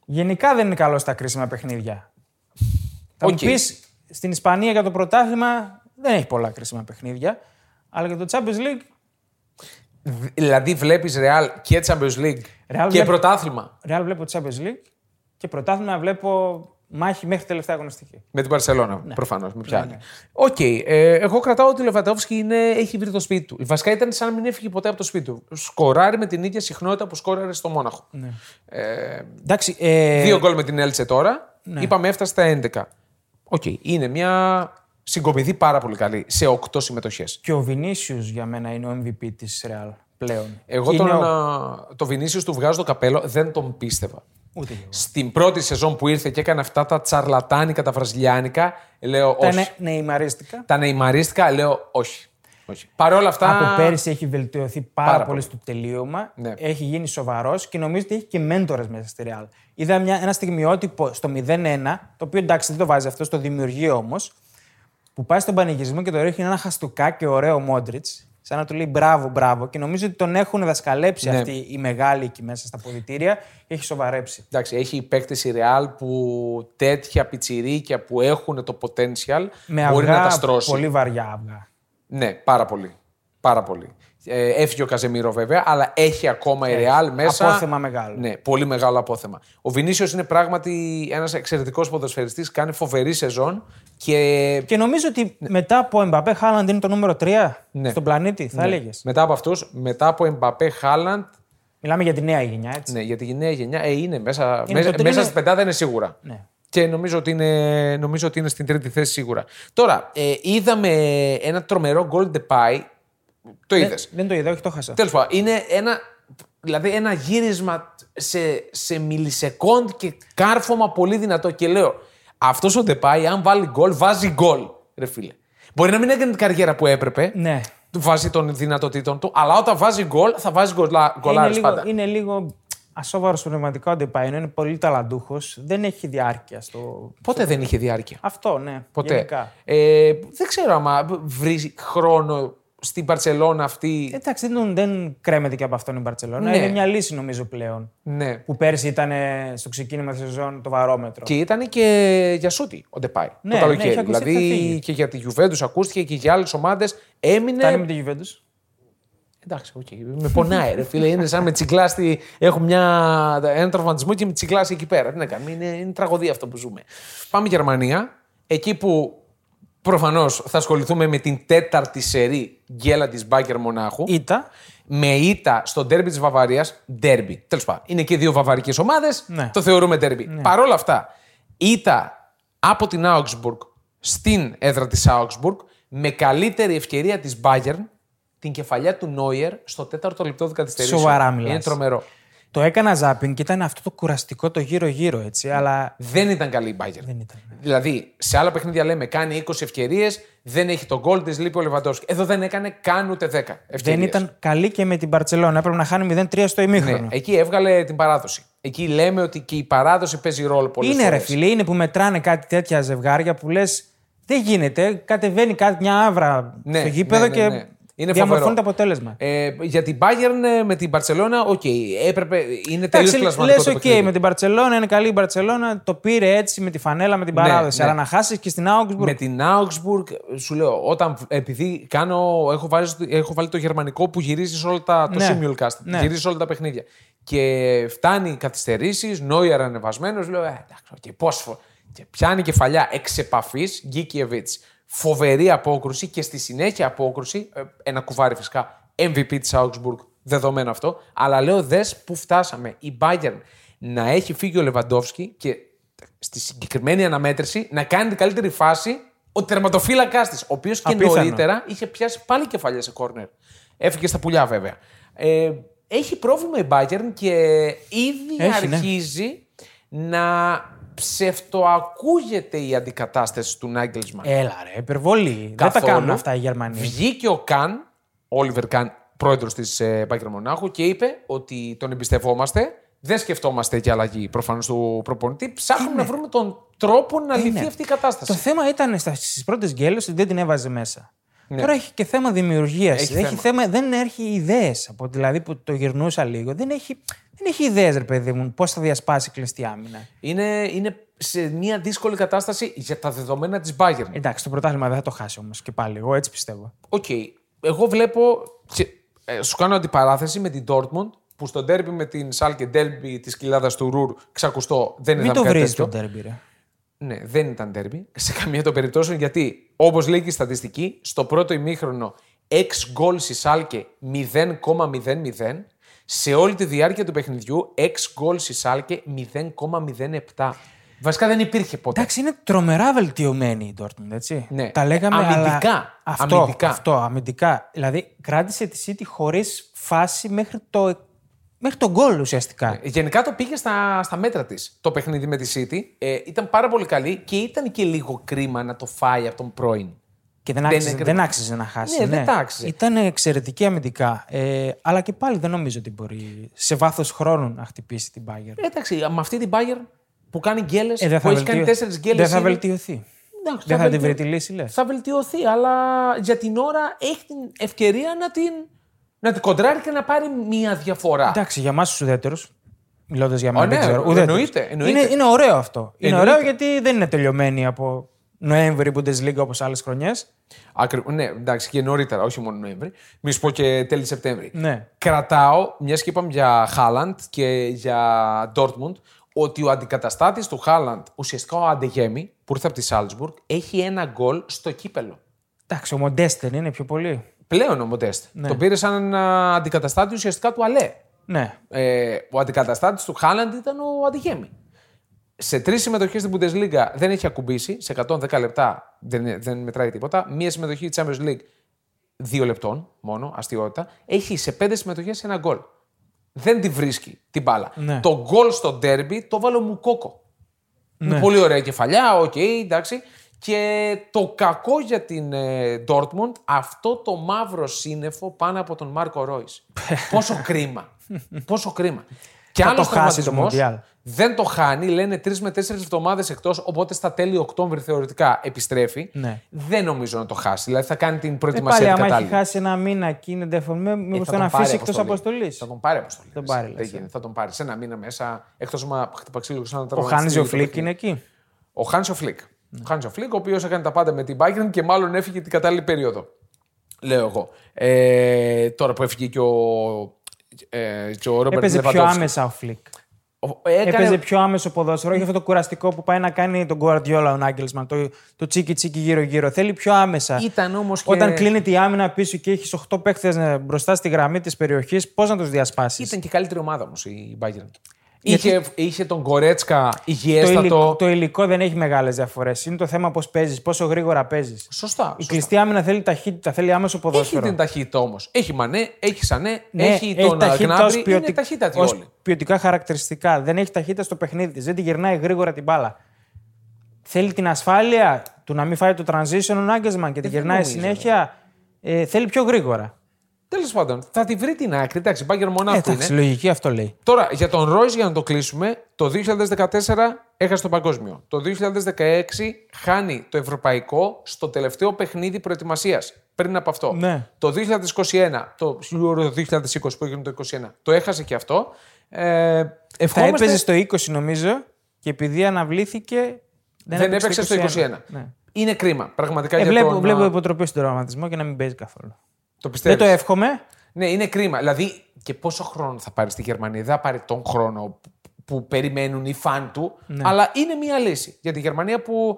Speaker 1: Γενικά δεν είναι καλός στα κρίσιμα παιχνίδια. Θα μου
Speaker 2: Οκ.
Speaker 1: πεις στην Ισπανία για το πρωτάθλημα δεν έχει πολλά κρίσιμα παιχνίδια. Αλλά για το Champions League,
Speaker 2: Δηλαδή, βλέπεις Real και Champions League και
Speaker 1: βλέπει-
Speaker 2: πρωτάθλημα.
Speaker 1: Real βλέπω Champions League και πρωτάθλημα βλέπω μάχη μέχρι τελευταία αγωνιστική.
Speaker 2: Με την Παρσελώνα, ναι. προφανώς. Με ποια άλλη. Οκ. ε, εγώ κρατάω ότι ο Λεβαντόφσκι είναι, έχει βρει το σπίτι του. Βασικά ήταν σαν να μην έφυγε ποτέ από το σπίτι του. Σκοράρει με την ίδια συχνότητα που σκόραρε στο Μόναχο. Ε,
Speaker 1: Εντάξει, ε,
Speaker 2: δύο γκολ με την Έλτσε τώρα. Είπαμε έφτασε στα 11. Οκ. Είναι μια συγκομιδή πάρα πολύ καλή σε 8 συμμετοχές.
Speaker 1: Και ο Βινίσιους για μένα είναι ο MVP της Ρεάλ πλέον.
Speaker 2: Εγώ
Speaker 1: Είναι
Speaker 2: τον,
Speaker 1: ο-
Speaker 2: α, το Βινίσιους του βγάζω το καπέλο, δεν τον πίστευα.
Speaker 1: Ούτε εγώ.
Speaker 2: Στην πρώτη σεζόν που ήρθε και έκανε αυτά τα τσαρλατάνικα, τα βραζιλιάνικα, λέω
Speaker 1: Τα ναι.
Speaker 2: όχι.
Speaker 1: νε- νεϊμαρίστικα.
Speaker 2: Τα νεϊμαρίστηκα, λέω όχι. όχι. Παρ' όλα αυτά.
Speaker 1: Από πέρυσι έχει βελτιωθεί πάρα,
Speaker 2: Πάρα
Speaker 1: πολύ
Speaker 2: πολύ.
Speaker 1: στο τελείωμα.
Speaker 2: Ναι.
Speaker 1: Έχει γίνει σοβαρός και νομίζω ότι έχει και μέντορες μέσα στη Ρεάλ. Είδα μια, ένα στιγμιότυπο στο 0-1, το οποίο εντάξει δεν το βάζει αυτό, το δημιουργεί όμως, που πάει στον πανηγυρισμό και το ρίχνει ένα χαστούκάκι ωραίο Μόντριτ, σαν να του λέει μπράβο, μπράβο. Και νομίζω ότι τον έχουν δασκαλέψει
Speaker 2: Ναι.
Speaker 1: αυτοί οι μεγάλοι εκεί μέσα στα ποδητήρια και έχει σοβαρέψει.
Speaker 2: Εντάξει, έχει παίκτες η Real που τέτοια πιτσιρίκια που έχουν το potential
Speaker 1: Με
Speaker 2: μπορεί
Speaker 1: αυγά,
Speaker 2: να τα στρώσει.
Speaker 1: πολύ βαριά αυγά.
Speaker 2: Ναι, πάρα πολύ. Πάρα πολύ. Ε, έφυγε ο Καζεμίρο βέβαια, αλλά έχει ακόμα η Real μέσα.
Speaker 1: απόθεμα μεγάλο.
Speaker 2: Ναι, πολύ μεγάλο απόθεμα. Ο Βινίσιος είναι πράγματι ένας εξαιρετικός ποδοσφαιριστής, κάνει φοβερή σεζόν και.
Speaker 1: Και νομίζω ότι μετά από Εμπαπέ, Χάλαντ είναι το νούμερο 3
Speaker 2: Ναι.
Speaker 1: στον πλανήτη, θα έλεγες.
Speaker 2: Μετά από αυτούς, μετά από Εμπαπέ Χάλαντ,
Speaker 1: Μιλάμε για τη νέα γενιά, έτσι.
Speaker 2: ναι, για τη νέα γενιά, ε, είναι μέσα,
Speaker 1: Είναι
Speaker 2: μέσα,
Speaker 1: το τρίτο,
Speaker 2: μέσα
Speaker 1: είναι-
Speaker 2: στην πεντάδα είναι σίγουρα.
Speaker 1: Ναι.
Speaker 2: Και νομίζω ότι, είναι, νομίζω ότι είναι στην τρίτη θέση σίγουρα. Τώρα, ε, είδαμε ένα τρομερό γκολ Depay. Το είδες.
Speaker 1: Δεν, δεν το είδα, όχι, το χάσα.
Speaker 2: Τέλος πάντων, είναι ένα, δηλαδή ένα γύρισμα σε, σε μιλισεκόντ και κάρφωμα πολύ δυνατό. Και λέω, αυτός ο Ντεπάη, αν βάλει γκολ, βάζει γκολ. Ρε φίλε. Μπορεί να μην έκανε την καριέρα που έπρεπε,
Speaker 1: Ναι.
Speaker 2: του βάζει των δυνατοτήτων του, αλλά όταν βάζει γκολ, θα βάζει γκολα-
Speaker 1: Είναι
Speaker 2: γκολάρες
Speaker 1: λίγο,
Speaker 2: πάντα.
Speaker 1: είναι λίγο ασόβαρος πνευματικά ο Ντεπάινο. Είναι πολύ ταλαντούχος. Δεν έχει διάρκεια στο.
Speaker 2: Πότε δεν είχε διάρκεια.
Speaker 1: Αυτό, ναι.
Speaker 2: Ποτέ.
Speaker 1: Γενικά.
Speaker 2: Ε, δεν ξέρω άμα βρει χρόνο στην Παρσελόνα αυτή.
Speaker 1: Εντάξει, δεν, τον- δεν κρέμεται και από αυτόν η Μπαρσελόνα.
Speaker 2: Ναι.
Speaker 1: Είναι μια λύση νομίζω πλέον.
Speaker 2: ναι.
Speaker 1: Που πέρσι ήταν ε, στο ξεκίνημα της σεζόν το βαρόμετρο.
Speaker 2: Και ήταν και για Σούτι ο Ντεπάη
Speaker 1: Ναι,
Speaker 2: το
Speaker 1: ναι,
Speaker 2: καλοκαίρι.
Speaker 1: είχε ακουστεί ότι θα φύγει.
Speaker 2: δηλαδή και για τη Γιουβέντους ακούστηκε και για άλλες ομάδες. Έμεινε.
Speaker 1: Φτάνει με τη Γιουβέντους.
Speaker 2: Εντάξει, οκ, με πονάει. Ρε, φίλε, είναι σαν με τσιγκλάστη. Έχω μια... ένα τραυματισμό και με τσιγκλάστη εκεί πέρα. Τι να κάνουμε, είναι, είναι τραγωδία αυτό που ζούμε. Πάμε Γερμανία. Εκεί που προφανώς θα ασχοληθούμε με την τέταρτη σερή γκέλα της Μπάκερ Μονάχου
Speaker 1: Ήτα.
Speaker 2: με ήττα στο ντέρμπι της Βαβαρίας. Ντέρμπι. Τέλος πάντων. Είναι και δύο βαβαρικές ομάδες.
Speaker 1: Ναι.
Speaker 2: Το θεωρούμε ντέρμπι. Παρ' όλα αυτά, ήττα από την Augsburg στην έδρα της Augsburg με καλύτερη ευκαιρία της Bayern την κεφαλιά του Νόιερ στο τέταρτο λεπτό δικατηστερήσεων.
Speaker 1: Σοβαρά μιλάς.
Speaker 2: Είναι τρομερό.
Speaker 1: Το έκανα ζάπινγκ και ήταν αυτό το κουραστικό το γύρω-γύρω
Speaker 2: Ναι.
Speaker 1: έτσι. Αλλά
Speaker 2: Δεν ήταν καλή η Bayern.
Speaker 1: δεν ήταν.
Speaker 2: Δηλαδή, σε άλλα παιχνίδια λέμε κάνει 20 ευκαιρίες, δεν έχει τον γκολ τη, λείπει ο Λεβαντόσκι. Εδώ δεν έκανε καν ούτε 10 ευκαιρίες.
Speaker 1: Δεν ήταν καλή και με την Μπαρσελόνα. Έπρεπε να χάνει 0-3 στο ημίχρονο.
Speaker 2: Ναι, εκεί έβγαλε την παράδοση. Εκεί λέμε ότι και η παράδοση παίζει ρόλο πολύ.
Speaker 1: Είναι ρε φίλε, είναι που μετράνε κάτι τέτοια ζευγάρια που λες. Δεν γίνεται. Κατεβαίνει κάτι, μια άβρα
Speaker 2: Ναι,
Speaker 1: στο γήπεδο
Speaker 2: ναι, ναι, ναι.
Speaker 1: και
Speaker 2: Είναι
Speaker 1: διαμορφώνει
Speaker 2: φοβερό.
Speaker 1: το αποτέλεσμα.
Speaker 2: Ε, για την Bayern ε, με την Barcelona, οκ, έπρεπε, είναι τελείω
Speaker 1: Εντάξει, λε,
Speaker 2: πλασματικό το
Speaker 1: οκ,
Speaker 2: παιχνίδι.
Speaker 1: με την Παρσελόνα είναι καλή η Παρσελόνα, το πήρε έτσι με τη φανέλα, με την παράδοση.
Speaker 2: ναι.
Speaker 1: Αλλά να χάσεις και στην Augsburg.
Speaker 2: Με την Augsburg, σου λέω, όταν, επειδή κάνω, έχω, βάλει, έχω βάλει το γερμανικό που γυρίζεις σε όλα τα.
Speaker 1: Ναι.
Speaker 2: το simulcast.
Speaker 1: Ναι.
Speaker 2: Γυρίζει σε όλα τα παιχνίδια. Και φτάνει καθυστερήσεις, νόιερ ανεβασμένος, λέω, «Ε, εντάξει, και πόσο. Και πιάνει κεφαλιά εξ επαφή Γκίκιεβιτ. Φοβερή απόκρουση και στη συνέχεια απόκρουση, ε, ένα κουβάρι φυσικά, MVP της Augsburg, δεδομένο αυτό. Αλλά λέω, δες που φτάσαμε. Η Bayern να έχει φύγει ο Λεβαντόφσκι και στη συγκεκριμένη αναμέτρηση να κάνει την καλύτερη φάση ο τερματοφύλακάς της, ο οποίος και
Speaker 1: Απίθανο.
Speaker 2: νωρίτερα είχε πιάσει πάλι κεφαλιά σε κόρνερ. Έφυγε στα πουλιά, βέβαια. Ε, έχει πρόβλημα η Bayern και ήδη
Speaker 1: Έχει, ναι.
Speaker 2: αρχίζει να ψευτοακούγεται η αντικατάσταση του Νάγκελσμαν.
Speaker 1: Έλα ρε, υπερβολή. Ε, Δεν τα
Speaker 2: Καθόλου.
Speaker 1: κάνουν αυτά οι Γερμανοί.
Speaker 2: Βγήκε ο Καν, Όλιβερ Καν, πρόεδρος της Μπάγκερ Μονάχου, και είπε ότι τον εμπιστευόμαστε. Δεν σκεφτόμαστε και αλλαγή προφανώς του προπονητή. Ψάχνουμε να βρούμε τον τρόπο να λυθεί αυτή η
Speaker 1: Το
Speaker 2: κατάσταση.
Speaker 1: θέμα ήταν στις πρώτες γκέλες ότι δεν την έβαζε μέσα. Τώρα έχει και θέμα δημιουργίας.
Speaker 2: Ναι. Έχει θέμα.
Speaker 1: Δεν έχει ιδέες. Δηλαδή που το γυρνούσα λίγο. Δεν έχει, δεν έχει ιδέες, ρε παιδί μου, πώς θα διασπάσει κλειστή άμυνα.
Speaker 2: Είναι, είναι σε μια δύσκολη κατάσταση για τα δεδομένα της Bayern.
Speaker 1: Εντάξει, το πρωτάθλημα δεν θα το χάσει όμως και πάλι. Εγώ έτσι πιστεύω.
Speaker 2: Οκ. Εγώ βλέπω. Και, ε, σου κάνω αντιπαράθεση με την Dortmund που στο ντέρμπι με την Σάλκε ντέρμπι της κοιλάδας του Ρουρ ξακουστώ δεν
Speaker 1: Μην
Speaker 2: ήταν
Speaker 1: το
Speaker 2: κάτι
Speaker 1: βρεις
Speaker 2: τέτοιο.
Speaker 1: το τέρμπι, ρε.
Speaker 2: Ναι, δεν ήταν τέρμι σε καμία των περιπτώσεων γιατί, όπως λέει και η στατιστική, στο πρώτο ημίχρονο 6 γκολ στη Σάλκε 0,00. Σε όλη τη διάρκεια του παιχνιδιού 6 γκολ στη Σάλκε 0,07. Βασικά δεν υπήρχε ποτέ.
Speaker 1: Εντάξει, είναι τρομερά βελτιωμένη η Dortmund, έτσι.
Speaker 2: Ναι.
Speaker 1: Τα λέγαμε
Speaker 2: Αμυντικά.
Speaker 1: Αλλά... Αυτό,
Speaker 2: Αμυντικά.
Speaker 1: αυτό, αμυντικά. Δηλαδή, κράτησε τη City χωρίς φάση μέχρι το, μέχρι το γκολ ουσιαστικά.
Speaker 2: Γενικά το πήγε στα, στα μέτρα της το παιχνίδι με τη City. Ε, ήταν πάρα πολύ καλή και ήταν και λίγο κρίμα να το φάει από τον πρώην.
Speaker 1: Και δεν άξιζε,
Speaker 2: έκρινε.
Speaker 1: δεν άξιζε να χάσει.
Speaker 2: Ναι, δεν τα άξιζε.
Speaker 1: Ήταν εξαιρετική αμυντικά. Ε, αλλά και πάλι δεν νομίζω ότι μπορεί σε βάθος χρόνου να χτυπήσει την Bayern.
Speaker 2: Εντάξει, με αυτή την Bayern που κάνει γκέλες,
Speaker 1: Ε, δεν
Speaker 2: Ε, που
Speaker 1: θα,
Speaker 2: έχει κάνει
Speaker 1: βελτιω-
Speaker 2: τέσσερις γκέλες.
Speaker 1: δεν θα βελτιωθεί.
Speaker 2: Εντάξει,
Speaker 1: δεν θα, τη βρει
Speaker 2: βελτιω-
Speaker 1: τη λύση, λες.
Speaker 2: θα βελτιωθεί, αλλά για την ώρα έχει την ευκαιρία να την, να την κοντράρει και να πάρει μία διαφορά.
Speaker 1: Εντάξει, για εμάς τους ουδέτερους. Μιλώντας για μένα,
Speaker 2: Ω,
Speaker 1: δεν
Speaker 2: ναι,
Speaker 1: ξέρω.
Speaker 2: ε,
Speaker 1: ουδέτερους.
Speaker 2: εννοείται, εννοείται.
Speaker 1: Είναι, είναι ωραίο αυτό. Είναι
Speaker 2: Εννοείται.
Speaker 1: ωραίο γιατί δεν είναι τελειωμένη από Νοέμβρη Bundesliga όπως άλλες χρονιές.
Speaker 2: Ακριβ- ναι, εντάξει, και νωρίτερα, όχι μόνο Νοέμβρη. Μη σου πω και τέλη Σεπτέμβρη.
Speaker 1: Ναι.
Speaker 2: Κρατάω, μιας και είπαμε για Χάλαντ και για Ντόρτμουντ, ότι ο αντικαταστάτης του Χάλαντ, ουσιαστικά ο Αντεγέμι, που ήρθε από τη Σάλτσμπουργκ, έχει ένα γκολ στο κύπελο.
Speaker 1: Εντάξει, ο Μοντέστεν είναι πιο πολύ.
Speaker 2: Πλέον ο Μοντέστ.
Speaker 1: Ναι.
Speaker 2: Τον πήρε σαν ένα αντικαταστάτη ουσιαστικά του Αλέ.
Speaker 1: Ναι.
Speaker 2: Ε, ο αντικαταστάτης του Χάλαντ ήταν ο Αντιγέμι. Σε τρεις συμμετοχές στην Bundesliga δεν έχει ακουμπήσει. Σε 110 λεπτά δεν, δεν μετράει τίποτα. Μία συμμετοχή της Champions League δύο λεπτών μόνο, αστείωτα. Έχει σε πέντε συμμετοχές ένα γκολ. Δεν τη βρίσκει την μπάλα.
Speaker 1: Ναι.
Speaker 2: Το γκολ στο ντέρμπι το βάλε ο Μουκόκο.
Speaker 1: Ναι.
Speaker 2: Είναι πολύ ωραία κεφαλιά, οκ, εντάξει. Και το κακό για την ε, Dortmund, αυτό το μαύρο σύννεφο πάνω από τον
Speaker 1: [laughs]
Speaker 2: Μάρκο Ρόις. Πόσο κρίμα. Πόσο κρίμα. Και
Speaker 1: Θα
Speaker 2: άλλος
Speaker 1: το χάσει το
Speaker 2: τραυματισμός,
Speaker 1: Μουντιάλ.
Speaker 2: Δεν το χάνει, λένε τρεις με τέσσερις εβδομάδες εκτός. Οπότε στα τέλη Οκτώβρη θεωρητικά επιστρέφει.
Speaker 1: Ναι.
Speaker 2: Δεν νομίζω να το χάσει. Δηλαδή θα κάνει την
Speaker 1: Ε, πάλι,
Speaker 2: προετοιμασία την
Speaker 1: άμα έχει
Speaker 2: κατάλληλη. Ε,
Speaker 1: χάσει ένα μήνα και είναι ντεφορμέ, μήπω
Speaker 2: θα
Speaker 1: Ε, τον
Speaker 2: τον
Speaker 1: αφήσει
Speaker 2: πάρει
Speaker 1: εκτός αποστολής.
Speaker 2: Θα τον πάρει αποστολή.
Speaker 1: Τον πάρει,
Speaker 2: Δεν
Speaker 1: λες,
Speaker 2: γίνεται, θα τον πάρει. Σε ένα μήνα μέσα, εκτός μα χτυπαξί λίγο σαν να
Speaker 1: Ο Χάνι
Speaker 2: τραυματιστεί το
Speaker 1: Ζωφλίκ
Speaker 2: παιχνίδι.
Speaker 1: είναι εκεί.
Speaker 2: Ο Χάνσο Φλικ.
Speaker 1: Ναι.
Speaker 2: Ο Χάνσο Φλικ, ο οποίος έκανε τα πάντα με την Bayern και μάλλον έφυγε την κατάλληλη περίοδο. Λέω εγώ. Ε, τώρα που έφυγε και ο, ε, και ο Ρόμπερτ
Speaker 1: Έπαιζε πιο
Speaker 2: Λεβαντόφσκι.
Speaker 1: άμεσα ο Φλικ.
Speaker 2: Ο- Έκανε...
Speaker 1: Έπαιζε πιο άμεσο ποδόσφαιρο, όχι αυτό το κουραστικό που πάει να κάνει τον Guardiola ο Νάγκελσμαν, το, το τσίκι τσίκι γύρω γύρω. Θέλει πιο άμεσα.
Speaker 2: Ήταν όμως και.
Speaker 1: Όταν κλείνεται η άμυνα πίσω και έχεις 8 παίχτε ε, μπροστά στη γραμμή της περιοχής, πώς να τους διασπάσεις.
Speaker 2: Ήταν και η καλύτερη ομάδα όμως η Bayern.
Speaker 1: Γιατί-
Speaker 2: Είχε, είχε τον Κορέτσκα
Speaker 1: Το
Speaker 2: υγιέστατο.
Speaker 1: υλικό, το υλικό δεν έχει μεγάλες διαφορές. Είναι το θέμα πώς παίζεις, πόσο γρήγορα παίζεις.
Speaker 2: Σωστά.
Speaker 1: Η
Speaker 2: σωστά.
Speaker 1: κλειστή άμυνα θέλει ταχύτητα, θέλει άμεσο
Speaker 2: Έχει
Speaker 1: ποδόσφαιρο.
Speaker 2: την ταχύτητα όμως. Έχει Μανέ, έχει Σανέ,
Speaker 1: Ναι,
Speaker 2: έχει τον
Speaker 1: ταχύτητα ως
Speaker 2: Αγνάμπρι. Είναι
Speaker 1: ποιοτικ-
Speaker 2: ταχύτατη
Speaker 1: ως
Speaker 2: όλοι.
Speaker 1: ποιοτικά χαρακτηριστικά. Δεν έχει ταχύτητα στο παιχνίδι τη. Δεν τη γυρνάει γρήγορα την μπάλα. Θέλει την ασφάλεια του να μην φάει το transition ο Νάγκεσμαν και τη γυρνάει
Speaker 2: Ε, νομίζω, ναι.
Speaker 1: συνέχεια. Ε, θέλει πιο γρήγορα.
Speaker 2: Τέλος πάντων, θα τη βρει την άκρη. Εντάξει, η Bayern μόνο αυτή είναι.
Speaker 1: Εντάξει, λογική αυτό λέει.
Speaker 2: Τώρα, για τον Ρόις, για να το κλείσουμε, το 2014 έχασε το παγκόσμιο. Το 2016 χάνει το ευρωπαϊκό στο τελευταίο παιχνίδι προετοιμασίας, πριν από αυτό.
Speaker 1: Ναι.
Speaker 2: Το 2021, το Euro 2020 που έγινε το 2021, το έχασε και αυτό. Ε,
Speaker 1: Θα
Speaker 2: ευχόμαστε-
Speaker 1: έπαιζε στο 20 νομίζω και επειδή αναβλήθηκε. Δεν,
Speaker 2: δεν έπαιξε στο 21.
Speaker 1: Ναι.
Speaker 2: Είναι κρίμα, πραγματικά.
Speaker 1: Ε,
Speaker 2: για
Speaker 1: βλέπω,
Speaker 2: τον,
Speaker 1: βλέπω
Speaker 2: α,
Speaker 1: υποτροπή στον τραυματισμό και να μην παίζει καθόλου.
Speaker 2: Το
Speaker 1: Δεν
Speaker 2: πιστεύεις.
Speaker 1: το εύχομαι. Ε,
Speaker 2: Ναι, είναι κρίμα. Δηλαδή, και πόσο χρόνο θα πάρει στη Γερμανία. Δεν θα πάρει τον χρόνο που- που περιμένουν οι φαν του,
Speaker 1: Ναι.
Speaker 2: αλλά είναι μία λύση για τη Γερμανία που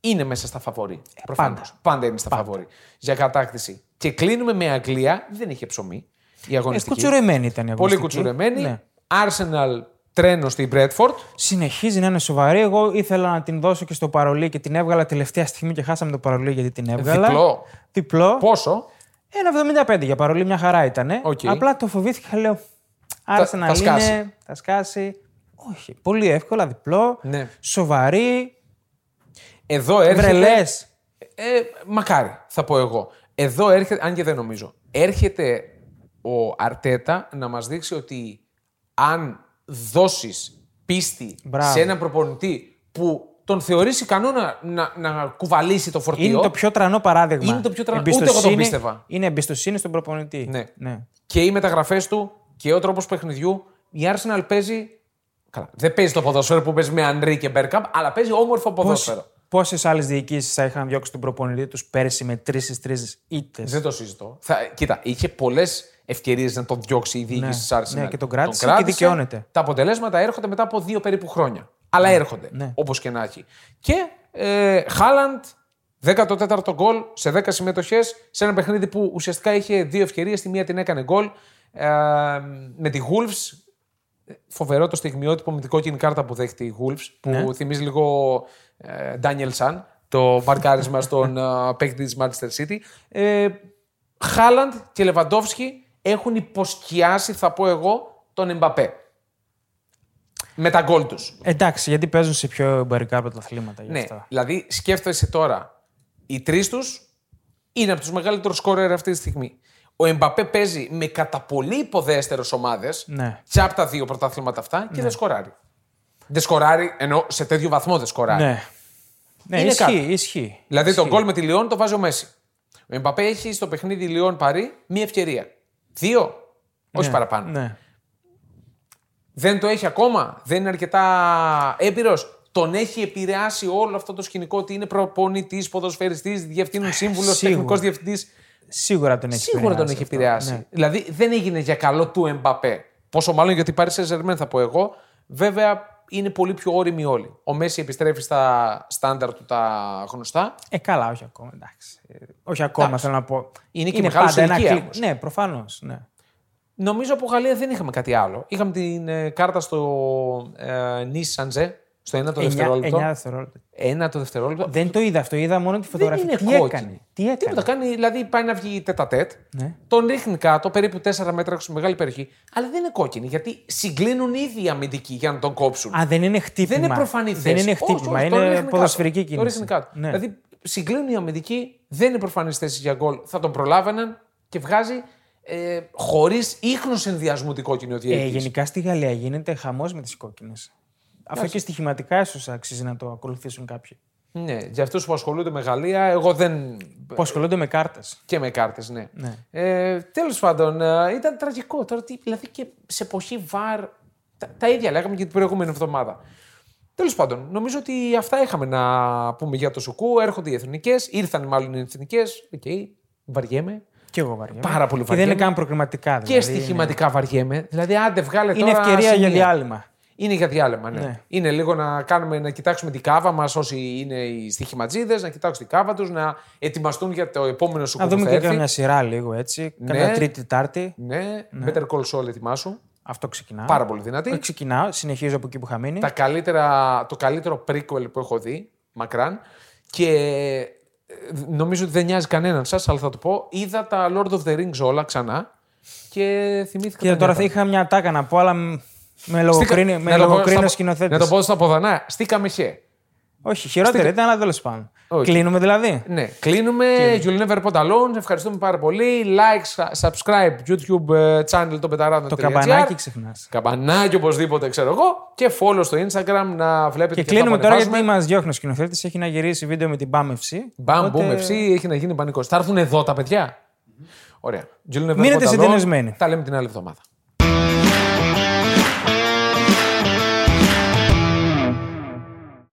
Speaker 2: είναι μέσα στα
Speaker 1: Ε,
Speaker 2: φαβορή. Προφανώς. Πάντα είναι στα φαβορή για κατάκτηση. Και κλείνουμε με Αγγλία. Δεν είχε ψωμί η
Speaker 1: Ε,
Speaker 2: αγωνιστική.
Speaker 1: κουτσουρεμένη ήταν η
Speaker 2: Πολύ
Speaker 1: αγωνιστική.
Speaker 2: κουτσουρεμένη.
Speaker 1: Ναι.
Speaker 2: Arsenal τρένο στην Μπρέτφορντ.
Speaker 1: Συνεχίζει να είναι σοβαρή. Εγώ ήθελα να την δώσω και στο παρολί και την έβγαλα τελευταία στιγμή και χάσαμε το παρολί γιατί την έβγαλα.
Speaker 2: Διπλό.
Speaker 1: Διπλό.
Speaker 2: Πόσο.
Speaker 1: Ένα 75 για παρολί, μια χαρά ήταν.
Speaker 2: Οκ.
Speaker 1: Απλά το φοβήθηκα, λέω. Άρεσε να
Speaker 2: θα σκάσει.
Speaker 1: λύνε, θα σκάσει. Όχι, πολύ εύκολα, διπλό.
Speaker 2: Ναι.
Speaker 1: Σοβαρή.
Speaker 2: Εδώ έρχεται.
Speaker 1: Βρελέ.
Speaker 2: Ε, μακάρι, θα πω εγώ. Εδώ έρχεται, αν και δεν νομίζω, έρχεται ο Αρτέτα να μας δείξει ότι αν δώσεις πίστη
Speaker 1: Μπράβο.
Speaker 2: σε έναν προπονητή που τον θεωρείς ικανό να, να, να κουβαλήσει το φορτίο,
Speaker 1: Είναι το πιο τρανό παράδειγμα.
Speaker 2: Είναι το πιο τρανό. Ούτε εγώ το
Speaker 1: Εμπιστοσύνη-
Speaker 2: πίστευα.
Speaker 1: Είναι εμπιστοσύνη στον προπονητή.
Speaker 2: Ναι. και οι μεταγραφές του και ο τρόπος παιχνιδιού, η Arsenal παίζει... Καλά, δεν παίζει το ποδόσφαιρο που παίζει με Ανρί και Μπέρκαμπ, αλλά παίζει όμορφο ποδόσφαιρο.
Speaker 1: Πόσες άλλες διοικήσεις θα είχαν διώξει τον προπονητή τους πέρσι με τρεις στι τρεις ήττες.
Speaker 2: Δεν το συζητώ. Θα, κοίτα, είχε πολλές ευκαιρίες να τον διώξει η διοίκηση της
Speaker 1: Ναι,
Speaker 2: Arsenal.
Speaker 1: ναι, και τον κράτησε και δικαιώνεται.
Speaker 2: Τα αποτελέσματα έρχονται μετά από δύο περίπου χρόνια. Αλλά έρχονται,
Speaker 1: ναι.
Speaker 2: όπως και να έχει. Και ε, Χάλαντ, 14ο γκολ σε 10 συμμετοχές, σε ένα παιχνίδι που ουσιαστικά είχε δύο ευκαιρίες. Τη μία την έκανε γκολ ε, με τη Wolves. Φοβερό το στιγμιότυπο με την κόκκινη κάρτα που δέχτη η Wolves, που
Speaker 1: Ναι.
Speaker 2: θυμίζει λίγο ε, Daniel San, το
Speaker 1: [laughs]
Speaker 2: μαρκάρισμα στον ε, παίκτη της Manchester City. Ε, Χάλαντ και Λεβαντόφσκι έχουν υποσκιάσει, θα πω εγώ, τον Εμπαπέ. Με τα γκολ τους.
Speaker 1: Εντάξει, γιατί παίζουν σε πιο εμπορικά πρωταθλήματα. γι'
Speaker 2: Ναι,
Speaker 1: αυτά.
Speaker 2: δηλαδή σκέφτεσαι τώρα, οι τρεις τους είναι από τους μεγαλύτερους σκόρερ αυτή τη στιγμή. Ο Εμπαπέ παίζει με κατά πολύ υποδέστερες ομάδες
Speaker 1: Ναι.
Speaker 2: και από τα δύο πρωταθλήματα αυτά και δεν σκοράρει. Δεν σκοράρει, ενώ σε τέτοιο βαθμό δεν σκοράρει.
Speaker 1: Ναι. Ναι,
Speaker 2: Είναι
Speaker 1: ισχύει,
Speaker 2: κάτι.
Speaker 1: ισχύει.
Speaker 2: Δηλαδή
Speaker 1: ισχύει.
Speaker 2: τον γκολ με τη Λιόν το βάζει ο Μέση. Ο Εμπαπέ έχει στο παιχνίδι Λιόν Παρή μία ευκαιρία. Δύο. Όχι
Speaker 1: Ναι,
Speaker 2: παραπάνω.
Speaker 1: Ναι.
Speaker 2: Δεν το έχει ακόμα. Δεν είναι αρκετά έμπειρος. Τον έχει επηρεάσει όλο αυτό το σκηνικό ότι είναι προπονητής, ποδοσφαιριστής, διευθύνων σύμβουλος,
Speaker 1: σίγουρα.
Speaker 2: τεχνικός διευθυντής.
Speaker 1: Σίγουρα τον έχει
Speaker 2: Σίγουρα τον έχει επηρεάσει.
Speaker 1: αυτό. Ναι.
Speaker 2: Δηλαδή δεν έγινε για καλό του Εμπαπέ. Πόσο μάλλον γιατί πάρει σε Ζερμέν, θα πω εγώ. Βέβαια είναι πολύ πιο όρημοι όλοι. Ο Μέση επιστρέφει στα στάνταρ του τα γνωστά.
Speaker 1: Ε, καλά, όχι ακόμα. Εντάξει. Ε, Όχι ακόμα, θέλω να πω.
Speaker 2: Είναι και μεγάλο σε ηλικία,
Speaker 1: κλικ.
Speaker 2: όμως.
Speaker 1: Ναι, προφανώς. Ναι.
Speaker 2: Νομίζω από Γαλλία δεν είχαμε κάτι άλλο. Είχαμε την ε, κάρτα στο ε, Νίσι Σαντζέ, στο ένα το
Speaker 1: 9
Speaker 2: δευτερόλεπτο.
Speaker 1: δευτερόλεπτα.
Speaker 2: Ένα το δευτερόλεπτο.
Speaker 1: Δεν το είδα αυτό, είδα μόνο τη
Speaker 2: Δεν
Speaker 1: φωτογραφία.
Speaker 2: είναι
Speaker 1: τι
Speaker 2: κόκκινη.
Speaker 1: έκανε. Τι έκανε.
Speaker 2: Τίποτα κάνει, δηλαδή πάει να βγει τέτα τέτ.
Speaker 1: Ναι.
Speaker 2: Τον ρίχνει κάτω, περίπου 4 μέτρα έξω, μεγάλη περιοχή. Αλλά δεν είναι κόκκινη, γιατί συγκλίνουν ήδη οι αμυντικοί για να τον κόψουν.
Speaker 1: Α, δεν είναι χτύπημα.
Speaker 2: δεν είναι προφανή θέση.
Speaker 1: Δεν είναι
Speaker 2: Όχι, όχι,
Speaker 1: χτύπημα,
Speaker 2: τον ρίχνει
Speaker 1: είναι
Speaker 2: κάτω.
Speaker 1: ποδοσφαιρική
Speaker 2: Τον
Speaker 1: κίνηση.
Speaker 2: ρίχνει κάτω.
Speaker 1: Ναι.
Speaker 2: Δηλαδή συγκλίνουν οι αμυντικοί, δεν είναι προφανής θέση για γκολ. Θα τον προλάβαιναν και βγάζει ε, χωρίς ίχνος ενδιασμού την κόκκινη ο
Speaker 1: Ε,
Speaker 2: διαιτητής.
Speaker 1: γενικά στη Γαλλία γίνεται χαμός με τις κόκκινες. Αυτό και στοιχηματικά ίσως αξίζει να το ακολουθήσουν κάποιοι.
Speaker 2: Ναι, για αυτούς που ασχολούνται με Γαλλία, εγώ δεν.
Speaker 1: Που ασχολούνται με κάρτες.
Speaker 2: Και με κάρτες, ναι.
Speaker 1: Ναι.
Speaker 2: Ε, Τέλος πάντων, ε, ήταν τραγικό. Τώρα, τι- δηλαδή και σε εποχή βαρ. Τα, τα ίδια λέγαμε και την προηγούμενη εβδομάδα. Τέλος πάντων, νομίζω ότι αυτά είχαμε να πούμε για το Σουκού. Έρχονται οι εθνικές, ήρθαν μάλλον οι εθνικές. Οκ, βαριέμαι.
Speaker 1: Και εγώ βαριέμαι.
Speaker 2: Πάρα πολύ
Speaker 1: Και δεν είναι
Speaker 2: βαριέμαι.
Speaker 1: καν προκριματικά.
Speaker 2: Και
Speaker 1: δηλαδή,
Speaker 2: στοιχηματικά βαριέμαι. Δηλαδή, άντε, βγάλε
Speaker 1: Είναι, είναι
Speaker 2: τώρα
Speaker 1: ευκαιρία για
Speaker 2: σημεία.
Speaker 1: διάλειμμα.
Speaker 2: Είναι για διάλειμμα, ναι.
Speaker 1: Ναι.
Speaker 2: Είναι λίγο να, κάνουμε, να κοιτάξουμε την κάβα μας όσοι είναι οι στοιχηματζίδες, να κοιτάξουν την κάβα τους, να ετοιμαστούν για το Ναι. επόμενο σουκού
Speaker 1: Να
Speaker 2: που
Speaker 1: δούμε
Speaker 2: θα
Speaker 1: και
Speaker 2: έρθει.
Speaker 1: καμιά σειρά λίγο έτσι. Καμιά τρίτη, τετάρτη.
Speaker 2: Ναι, Better Call Saul ετοιμάσου.
Speaker 1: Αυτό ξεκινάω.
Speaker 2: Πάρα πολύ δυνατή.
Speaker 1: Ε, Ξεκινάω, συνεχίζω από εκεί που είχα μείνει.
Speaker 2: Τα καλύτερα, το καλύτερο prequel που έχω δει, μακράν. Και ε, νομίζω ότι δεν νοιάζει κανέναν σας, αλλά θα το πω. Είδα τα Lord of the Rings όλα ξανά και θυμήθηκα.
Speaker 1: Και
Speaker 2: τα
Speaker 1: τώρα θα
Speaker 2: νιάτα.
Speaker 1: είχα μια ατάκα να πω, αλλά μ- με
Speaker 2: Στήκα-
Speaker 1: λογοκρίνει,
Speaker 2: να
Speaker 1: με
Speaker 2: το πω
Speaker 1: λογοκρίνει ο
Speaker 2: στα-
Speaker 1: σκηνοθέτη.
Speaker 2: Να το πω στα ποδανά. Στήκαμε χε.
Speaker 1: Όχι, χειρότερη ήταν, αλλά τέλος πάντων.
Speaker 2: Όχι.
Speaker 1: Κλείνουμε δηλαδή.
Speaker 2: Ναι, κλείνουμε. You'll never put alone. Ευχαριστούμε πάρα πολύ. Like, subscribe, YouTube ε, channel των πεταράδων.
Speaker 1: Το καμπανάκι ξεχνάς.
Speaker 2: Καμπανάκι οπωσδήποτε, ξέρω εγώ. Και follow στο Instagram να βλέπετε
Speaker 1: Και
Speaker 2: αυτά που
Speaker 1: κλείνουμε τώρα
Speaker 2: ανεβάζουμε.
Speaker 1: γιατί μας διώχνει ο σκηνοθέτης. Έχει να γυρίσει βίντεο με την Μπάμευση.
Speaker 2: Μπαμ, μπουμ, FC, έχει να γίνει πανικός. Θα έρθουν εδώ τα παιδιά. Ωραία. Τζιλίνε
Speaker 1: Μείνετε
Speaker 2: Βερκοταλό.
Speaker 1: συντονισμένοι.
Speaker 2: Τα λέμε την άλλη εβδομάδα.